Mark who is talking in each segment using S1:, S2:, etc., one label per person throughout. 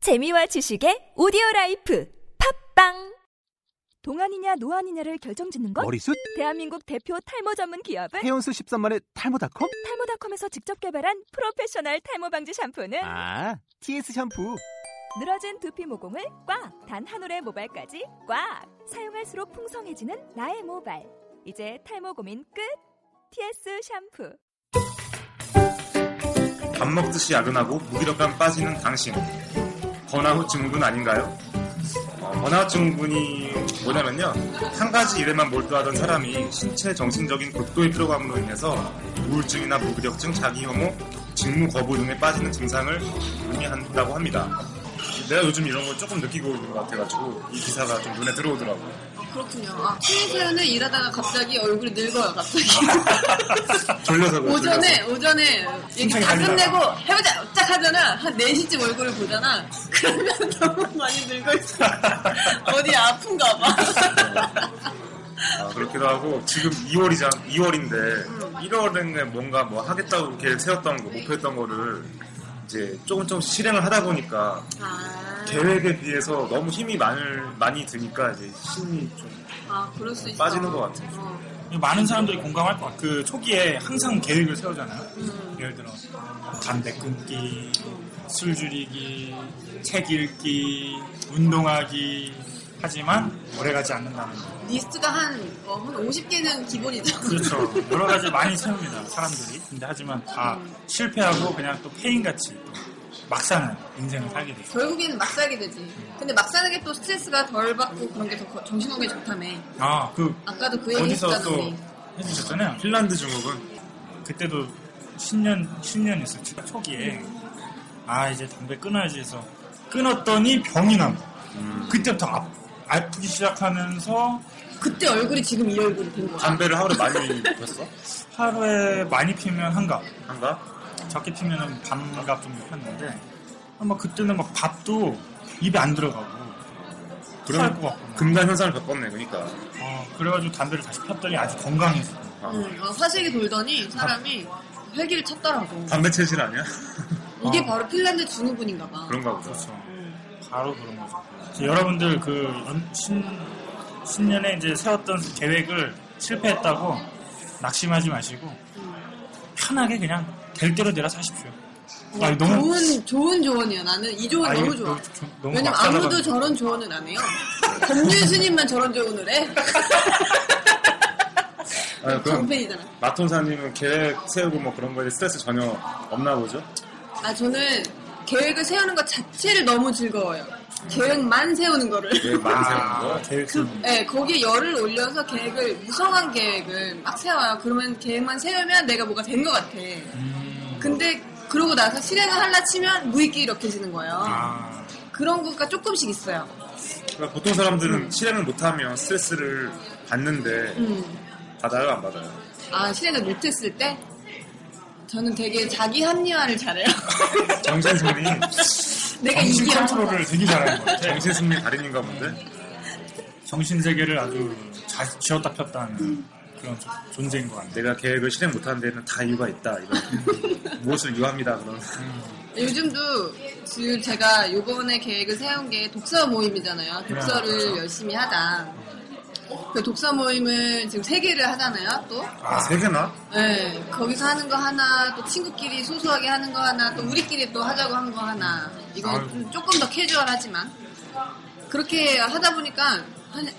S1: 재미와 지식의 오디오 라이프 팝빵
S2: 동안이냐 노안이냐를 결정짓는 건
S3: 머리숱
S2: 대한민국 대표 탈모 전문 기업은
S3: 헤어수 13만의 탈모닷컴
S2: 탈모닷컴에서 직접 개발한 프로페셔널 탈모 방지 샴푸는
S3: 아 TS 샴푸
S2: 늘어진 두피 모공을 꽉 단 한 올의 모발까지 꽉 사용할수록 풍성해지는 나의 모발 이제 탈모 고민 끝 TS 샴푸
S4: 밥 먹듯이 야근하고 무기력감 빠지는 당신. 번아웃 증후군 아닌가요? 어, 번아웃 증후군이 뭐냐면요. 한 가지 일에만 몰두하던 사람이 신체 정신적인 극도의 피로감으로 인해서 우울증이나 무기력증, 자기혐오, 직무 거부 등에 빠지는 증상을 의미한다고 합니다. 내가 요즘 이런 걸 조금 느끼고 있는 것 같아가지고 이 기사가 좀 눈에 들어오더라고요.
S5: 그렇군요. 아, 평소에는 일하다가 갑자기 얼굴이 늙어요, 갑자기.
S4: 졸려서 그래,
S5: 오전에,
S4: 졸려서.
S5: 오전에, 얘기 다
S4: 달리다가.
S5: 끝내고 해보자! 딱 하잖아. 한 4시쯤 얼굴을 보잖아. 그러면 너무 많이 늙어있어. 어디 아픈가 봐.
S4: 아, 그렇기도 하고 지금 2월이자 2월인데 1월에는 뭔가 뭐 하겠다고 계획 세웠던 거 목표했던 거를 이제 조금 조금 실행을 하다 보니까
S5: 아,
S4: 계획에 비해서 너무 힘이 많을, 많이 드니까 이제 힘이 좀
S5: 아 그럴 수 있어.
S4: 빠지는 것 같아요.
S5: 어.
S6: 많은 사람들이 공감할 것 같아요. 그 초기에 항상 계획을 세우잖아요. 예를 들어 담배 끊기, 술 줄이기, 책 읽기, 운동하기 하지만 오래가지 않는다는 거.
S5: 리스트가 한, 어, 한 50개는 기본이죠.
S6: 그렇죠. 여러 가지 많이 세웁니다. 사람들이. 근데 하지만 다 실패하고 그냥 또 페인같이 또 막사는 인생을 살게 돼요.
S5: 결국에는 막 살게 되지. 근데 막 사는 게 또 스트레스가 덜 받고 그런 게 더 정신건강에 좋다며.
S6: 아, 그
S5: 아까도 그 얘기
S6: 어디서
S5: 했잖아,
S6: 또
S5: 우리.
S6: 해주셨잖아요.
S4: 핀란드 중국은
S6: 그때도 신년 신년이었어 초- 초기에 아 이제 담배 끊어야지 해서 끊었더니 병이 나고 그때부터 아, 아프기 시작하면서
S5: 그때 얼굴이 지금 이 얼굴이 된 거야.
S4: 담배를 하루에 많이 폈어?
S6: 하루에 많이 피면 한갑
S4: 한가?
S6: 적게 피면 반갑 정도 폈는데 아마 그때는 막 밥도 입에 안 들어가고 토할 것 같고 그...
S4: 금단 현상을 겪었네 그러니까
S6: 그래가지고 담배를 다시 폈더니 아주 건강해서
S4: 아,
S5: 응, 어, 사색이 돌더니 사람이 회기를 쳤더라고.
S4: 담배 체질 아니야?
S5: 이게
S6: 어.
S5: 바로 핀란드 증후군인가 봐.
S4: 그런가 보다
S6: 그렇죠. 바로 그런 거죠. 이제 여러분들 그 연- 신, 신년에 이제 세웠던 계획을 실패했다고 낙심하지 마시고 편하게 그냥 될 대로 내라 사십시오.
S5: 어,
S6: 아, 너무
S5: 좋은, 좋은 조언이야. 나는 이 조언
S6: 아,
S5: 너무
S6: 이거
S5: 좋아.
S6: 너무 좋- 너무
S5: 왜냐면
S6: 막
S5: 아무도
S6: 살아가는
S5: 저런 조언을 안 해요. 법률 스님만 저런 조언을 해.
S4: 아, 그럼
S5: 정팬이잖아.
S4: 마톤사님은 계획 세우고 뭐 그런 거에 스트레스 전혀 없나 보죠?
S5: 아, 저는 계획을 세우는 것 자체를 너무 즐거워요.
S6: 음.
S5: 계획만 세우는 거를.
S6: 네.
S4: 계획 많이 세우는 거?
S6: 계획
S5: 네, 거기에 열을 올려서 계획을, 무성한 계획을 막 세워요. 그러면 계획만 세우면 내가 뭐가 된 것 같아.
S6: 음.
S5: 근데 그러고 나서 실행을 하려 치면 무익기이렇게지는 거예요.
S6: 아,
S5: 그런 거가 조금씩 있어요.
S4: 그러니까 보통 사람들은 실행을 못하면 스트레스를 받는데
S5: 음.
S4: 받아요 안 받아요?
S5: 아, 실행을 못했을 때? 저는 되게 자기 합리화를 잘해요.
S4: 정신승리
S5: 내가
S6: 정신
S5: 이기야.
S6: 컨트롤을 되게 잘하는 것 같아요.
S4: 정신승리 달인인가 본데
S6: 정신 세계를 아주 잘 쥐었다 폈다 하는 그런 조- 존재인 것 같아요.
S4: 내가 계획을 실행 못하는 데는 다 이유가 있다 이런 무엇을 유합니다 그런
S5: 요즘도 지금 제가 요번에 계획을 세운 게 독서 모임이잖아요.
S6: 네.
S5: 독서를 열심히 하자. 그 독서 모임을 지금 세 개를 하잖아요, 또.
S4: 아 세 개나?
S5: 네, 거기서 하는 거 하나, 또 친구끼리 소소하게 하는 거 하나, 또 우리끼리 또 하자고 하는 거 하나. 이거 좀 조금 더 캐주얼하지만. 그렇게 하다 보니까,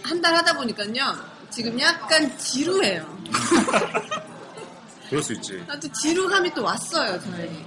S5: 한 달 하다 보니까요, 지금 약간 지루해요.
S4: 그럴 수 있지
S5: 아, 또 지루함이 또 왔어요, 저에게.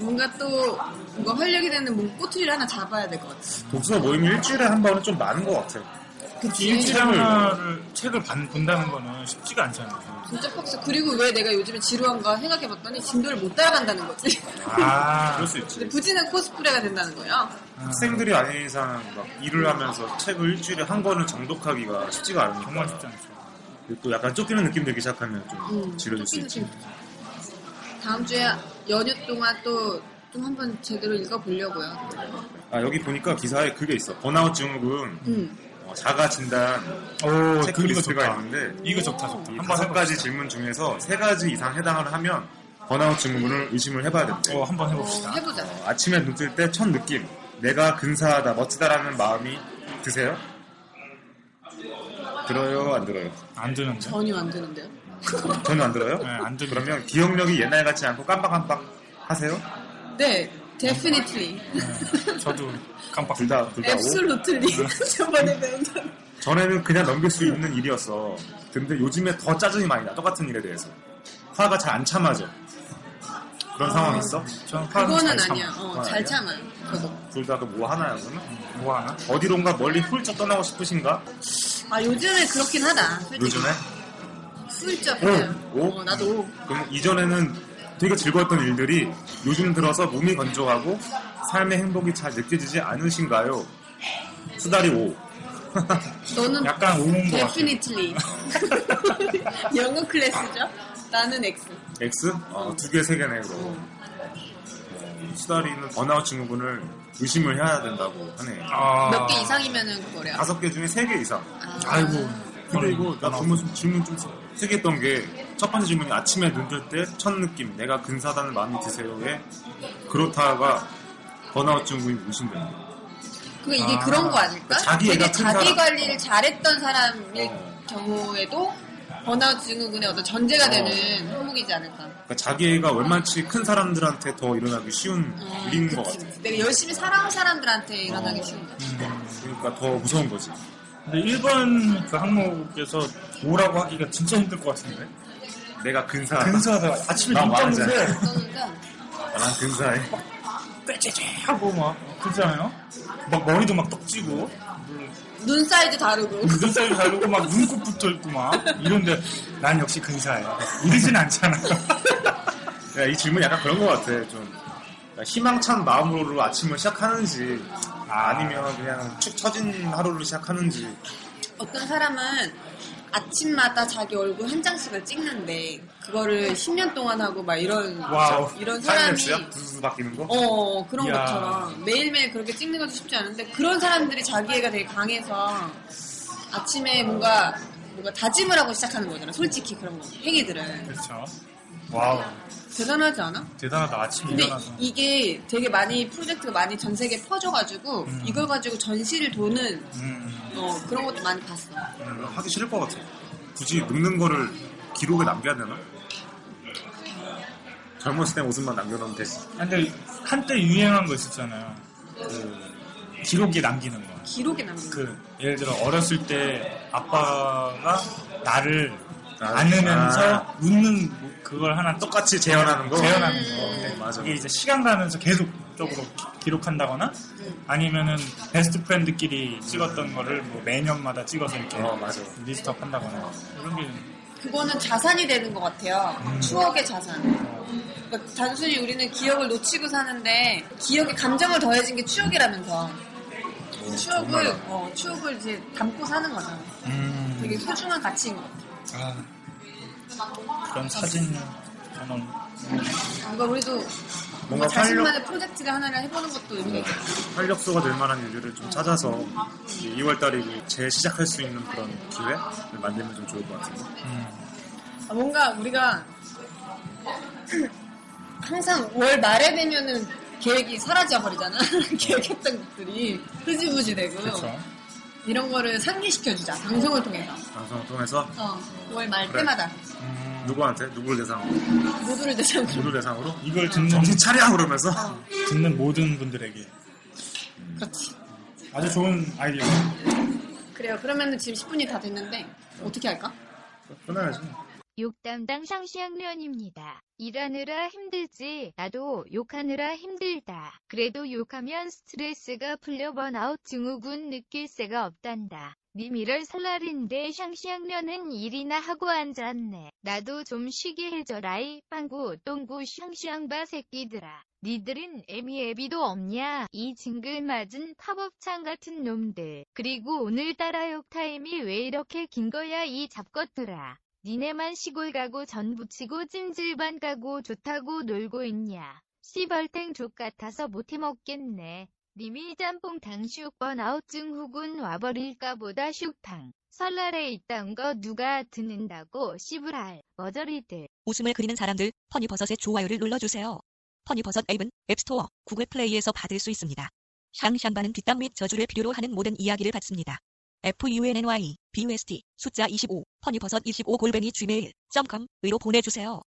S5: 뭔가 또, 뭔가 활력이 되는 뭔 꼬투리를 하나 잡아야 될 것 같아요. 그
S4: 독서 모임 일주일에 한 번은 좀 많은 것 같아요
S5: 네.
S6: 일주일에
S4: 책을-
S6: 하나를 책을 반- 본다는 거는 쉽지가 않잖아요.
S5: 진짜 퍽스. 그리고 왜 내가 요즘에 지루한가 생각해봤더니 진도를 못 따라간다는 거지.
S6: 아,
S4: 그럴 수
S5: 근데
S4: 있지
S5: 부진한 코스프레가 된다는 거예요.
S4: 학생들이 아닌 이상 막 일을 하면서 책을 일주일에 한 권을 정독하기가 쉽지가 않으니까
S6: 정말 쉽지 않죠.
S4: 그리고 또 약간 쫓기는 느낌 들기 시작하면 좀
S5: 음,
S4: 지루해질 수 있지
S5: 다음 주에 연휴 동안 또 좀 한번 제대로 읽어보려고요.
S4: 아 여기 보니까 기사에 그게 있어 번아웃 증후군
S5: 음.
S4: 어, 자가 진단
S6: 오,
S4: 어, 체크리스트가 있는데
S6: 이거 좋다, 좋다.
S4: 이
S6: 한번
S4: 다섯 가지
S6: 해봅시다.
S4: 질문 중에서 세 가지 이상 해당을 하면 번아웃 증후군을 의심을 해봐야 된대.
S6: 어, 한번
S5: 어,
S6: 해봅시다.
S5: 해보자.
S4: 아침에 눈 뜰 때 첫 느낌, 내가 근사하다, 멋지다라는 마음이 드세요? 들어요, 안 들어요?
S6: 안 드는데.
S5: 전혀 안 되는데요.
S4: 전혀 안 들어요?
S6: 네, 안 들어요.
S4: 그러면 기억력이 옛날 같지 않고 깜빡깜빡 하세요?
S5: 네, definitely.
S6: 네, 저도 깜빡.
S4: 둘 다, 둘 다. 오?
S5: absolutely. 저번에 배운 단
S4: 전에는 그냥 넘길 수 있는 일이었어. 근데 요즘에 더 짜증이 많이 나, 똑같은 일에 대해서. 화가 잘 안 참아져. 그런 상황 있어?
S6: 저는
S5: 그거는 아니야. 어,
S4: 아,
S5: 잘
S4: 아니야?
S5: 참아요. 저도.
S4: 둘 다 그 뭐 하나야, 그러면?
S5: 어.
S6: 뭐 하나?
S4: 어디론가 멀리 훌쩍 떠나고 싶으신가?
S5: 아, 요즘에 그렇긴 하다. 솔직히.
S4: 요즘에?
S5: 술자
S4: 오! 오?
S5: 어, 나도 오.
S4: 그럼 이전에는 되게 즐거웠던 일들이 요즘 들어서 몸이 건조하고 삶의 행복이 잘 느껴지지 않으신가요? 수다리 오.
S5: 너는
S6: 약간 우는 것 같아요.
S5: definitely. 영어 클래스죠? 나는 X.
S4: X? 어, 두 개, 세 개네, 그럼. 어, 수다리는 번아웃 증후군을 의심을 해야 된다고 하네.
S6: 아,
S5: 몇 개 이상이면은 그거래요.
S4: 다섯 개 중에 세 개 이상.
S6: 아이고. 음,
S4: 근데 이거 나
S6: 번아웃.
S4: 질문 좀, 질문 좀 세게 했던 게 첫 번째 질문이 아침에 눈뜰 때 첫 느낌 내가 근사하다는 마음이 드세요에 그렇다가 번아웃 증후군이 의심되는 거야.
S5: 그 이게
S6: 아.
S5: 그런 거 아닐까?
S4: 그러니까 자기
S5: 되게
S4: 애가 큰
S5: 자기
S4: 사람.
S5: 관리를 잘했던 사람일
S4: 어.
S5: 경우에도 번아웃 증후군의 어떤 전제가
S4: 어.
S5: 되는 항목이지 않을까?
S4: 그러니까 자기애가 얼마치 큰 사람들한테 더 일어나기 쉬운
S5: 어,
S4: 일인 것
S5: 그치,
S4: 같아.
S5: 그치. 내가 열심히 살아온 사람들한테 일어나기
S4: 어.
S5: 쉬운 거.
S4: 그러니까 더 무서운 거지.
S6: 근데 1번 그 항목에서 오라고 하기가 진짜 힘들 것 같은데.
S4: 내가 근사하다.
S6: 근사하다. 아침에
S4: 나
S6: 눈
S4: 말하지
S6: 떴는데
S5: 그러니까
S4: 난 근사해.
S6: 꾀째째 하고 막 그러잖아요. 막 머리도 막 떡지고
S5: 눈 사이즈 다르고
S6: 눈썹이 가르고 막 눈곱 붙어 있고 막 이런데 난 역시 근사해. 이러진 않잖아.
S4: 야, 그러니까 이 질문 약간 그런 것 같아. 좀 그러니까 희망찬 마음으로 아침을 시작하는지 아니면 그냥 축 처진 하루를 시작하는지
S5: 어떤 사람은 아침마다 자기 얼굴 한 장씩을 찍는데 그거를 10년 동안 하고 막 이런
S6: 와우.
S5: 이런 사람이
S4: 사이렌스야? 두두두 바뀌는 거?
S5: 어 그런
S6: 이야.
S5: 것처럼 매일매일 그렇게 찍는 것도 쉽지 않은데 그런 사람들이 자기애가 되게 강해서 아침에 뭔가 뭔가 다짐을 하고 시작하는 거잖아 솔직히 그런 거 행위들은
S6: 그렇죠. 와우
S5: 대단하지 않아?
S6: 대단하다. 아침에
S5: 근데
S6: 일어나서
S5: 이게 되게 많이 프로젝트가 많이 전 세계에 퍼져가지고 이걸 가지고 전시를 도는
S6: 음,
S5: 어, 그런 것도 많이 봤어
S4: 음, 하기 싫을 것 같아. 굳이 늙는 거를 기록에 남겨야 되나? 젊었을 때 모습만 남겨놓으면 되지.
S6: 아, 근데 한때 유행한 거 있었잖아요. 그 기록에 남기는 거.
S5: 기록에 남는 거
S6: 그 예를 들어 어렸을 때 아빠가 나를
S4: 아,
S6: 안으면서
S4: 아.
S6: 웃는 뭐 그걸 하나 똑같이
S4: 똑같이 재현하는 거?
S6: 재현하는 거.
S4: 네, 맞아.
S6: 이게 이제 시간 가면서 계속적으로 기- 기록한다거나 아니면은 베스트 프렌드끼리 찍었던 거를 뭐 매년마다 찍어서 이렇게
S4: 어, 맞아.
S6: 리스트업 한다거나 이런 게
S5: 그거는 자산이 되는 것 같아요. 추억의 자산. 그러니까 단순히 우리는 기억을 놓치고 사는데 기억에 감정을 더해진 게 추억이라면서
S4: 어,
S5: 추억을 어, 추억을 이제 담고 사는 거죠.
S6: 음,
S5: 되게 소중한 가치인 것 같아요.
S6: 아, 그런 사진 저는
S5: 뭔가 우리도 뭔가
S4: 뭔가
S5: 자신만의 프로젝트를 하나를 해보는 것도 의미가 있죠.
S4: 활력소가 될 만한 인류를 좀 찾아서 2월 달이고 재시작할 수 있는 그런 기회를 만들면 좀 좋을 것 같은데.
S5: 아, 뭔가 우리가 항상 월 말에 되면은 계획이 사라져 버리잖아. 계획했던 것들이 흐지부지 되고
S6: 그렇죠.
S5: 이런 거를 상기시켜 주자. 방송을 통해서.
S4: 방송을 통해서
S5: 어, 5월 말
S4: 그래.
S5: 때마다
S4: 누구한테? 누구를 대상으로?
S5: 모두를 대상으로
S4: 누구를 대상으로?
S6: 이걸 듣는
S4: 정신 차려! 그러면서
S6: 듣는 모든 분들에게
S5: 그렇지
S6: 아주 좋은 아이디어.
S5: 그래요 그러면 지금 10분이 다 됐는데 어떻게 할까?
S4: 끊어야지.
S7: 욕담당 상시학년입니다. 일하느라 힘들지. 나도 욕하느라 힘들다. 그래도 욕하면 스트레스가 풀려 번아웃 증후군 느낄 새가 없단다. 님 1월 설날인데 샹시학년은 일이나 하고 앉았네. 나도 좀 쉬게 해줘라이 빵구 똥구 샹시앙바 새끼들아. 니들은 애미애비도 없냐? 이 징글맞은 팝업창 같은 놈들. 그리고 오늘따라 욕타임이 왜 이렇게 긴 거야 이 잡것들아. 니네만 시골 가고 전 부치고 찜질반 가고 좋다고 놀고 있냐. 씨벌탱 족 같아서 못해 먹겠네. 님이 짬뽕 당슈 번아웃 증후군 와버릴까 보다 슉탕. 설날에 이딴 거 누가 듣는다고 씨불알. 머저리들.
S8: 웃음을 그리는 사람들, 퍼니버섯의 좋아요를 눌러주세요. 퍼니버섯 앱은 앱스토어, 구글 플레이에서 받을 수 있습니다.
S2: 샹샹바는 뒷담 및 저주를 필요로 하는 모든 이야기를 받습니다. funyy bust 숫자 25 허니버섯 25 골뱅이 gmail.com 으로 보내주세요.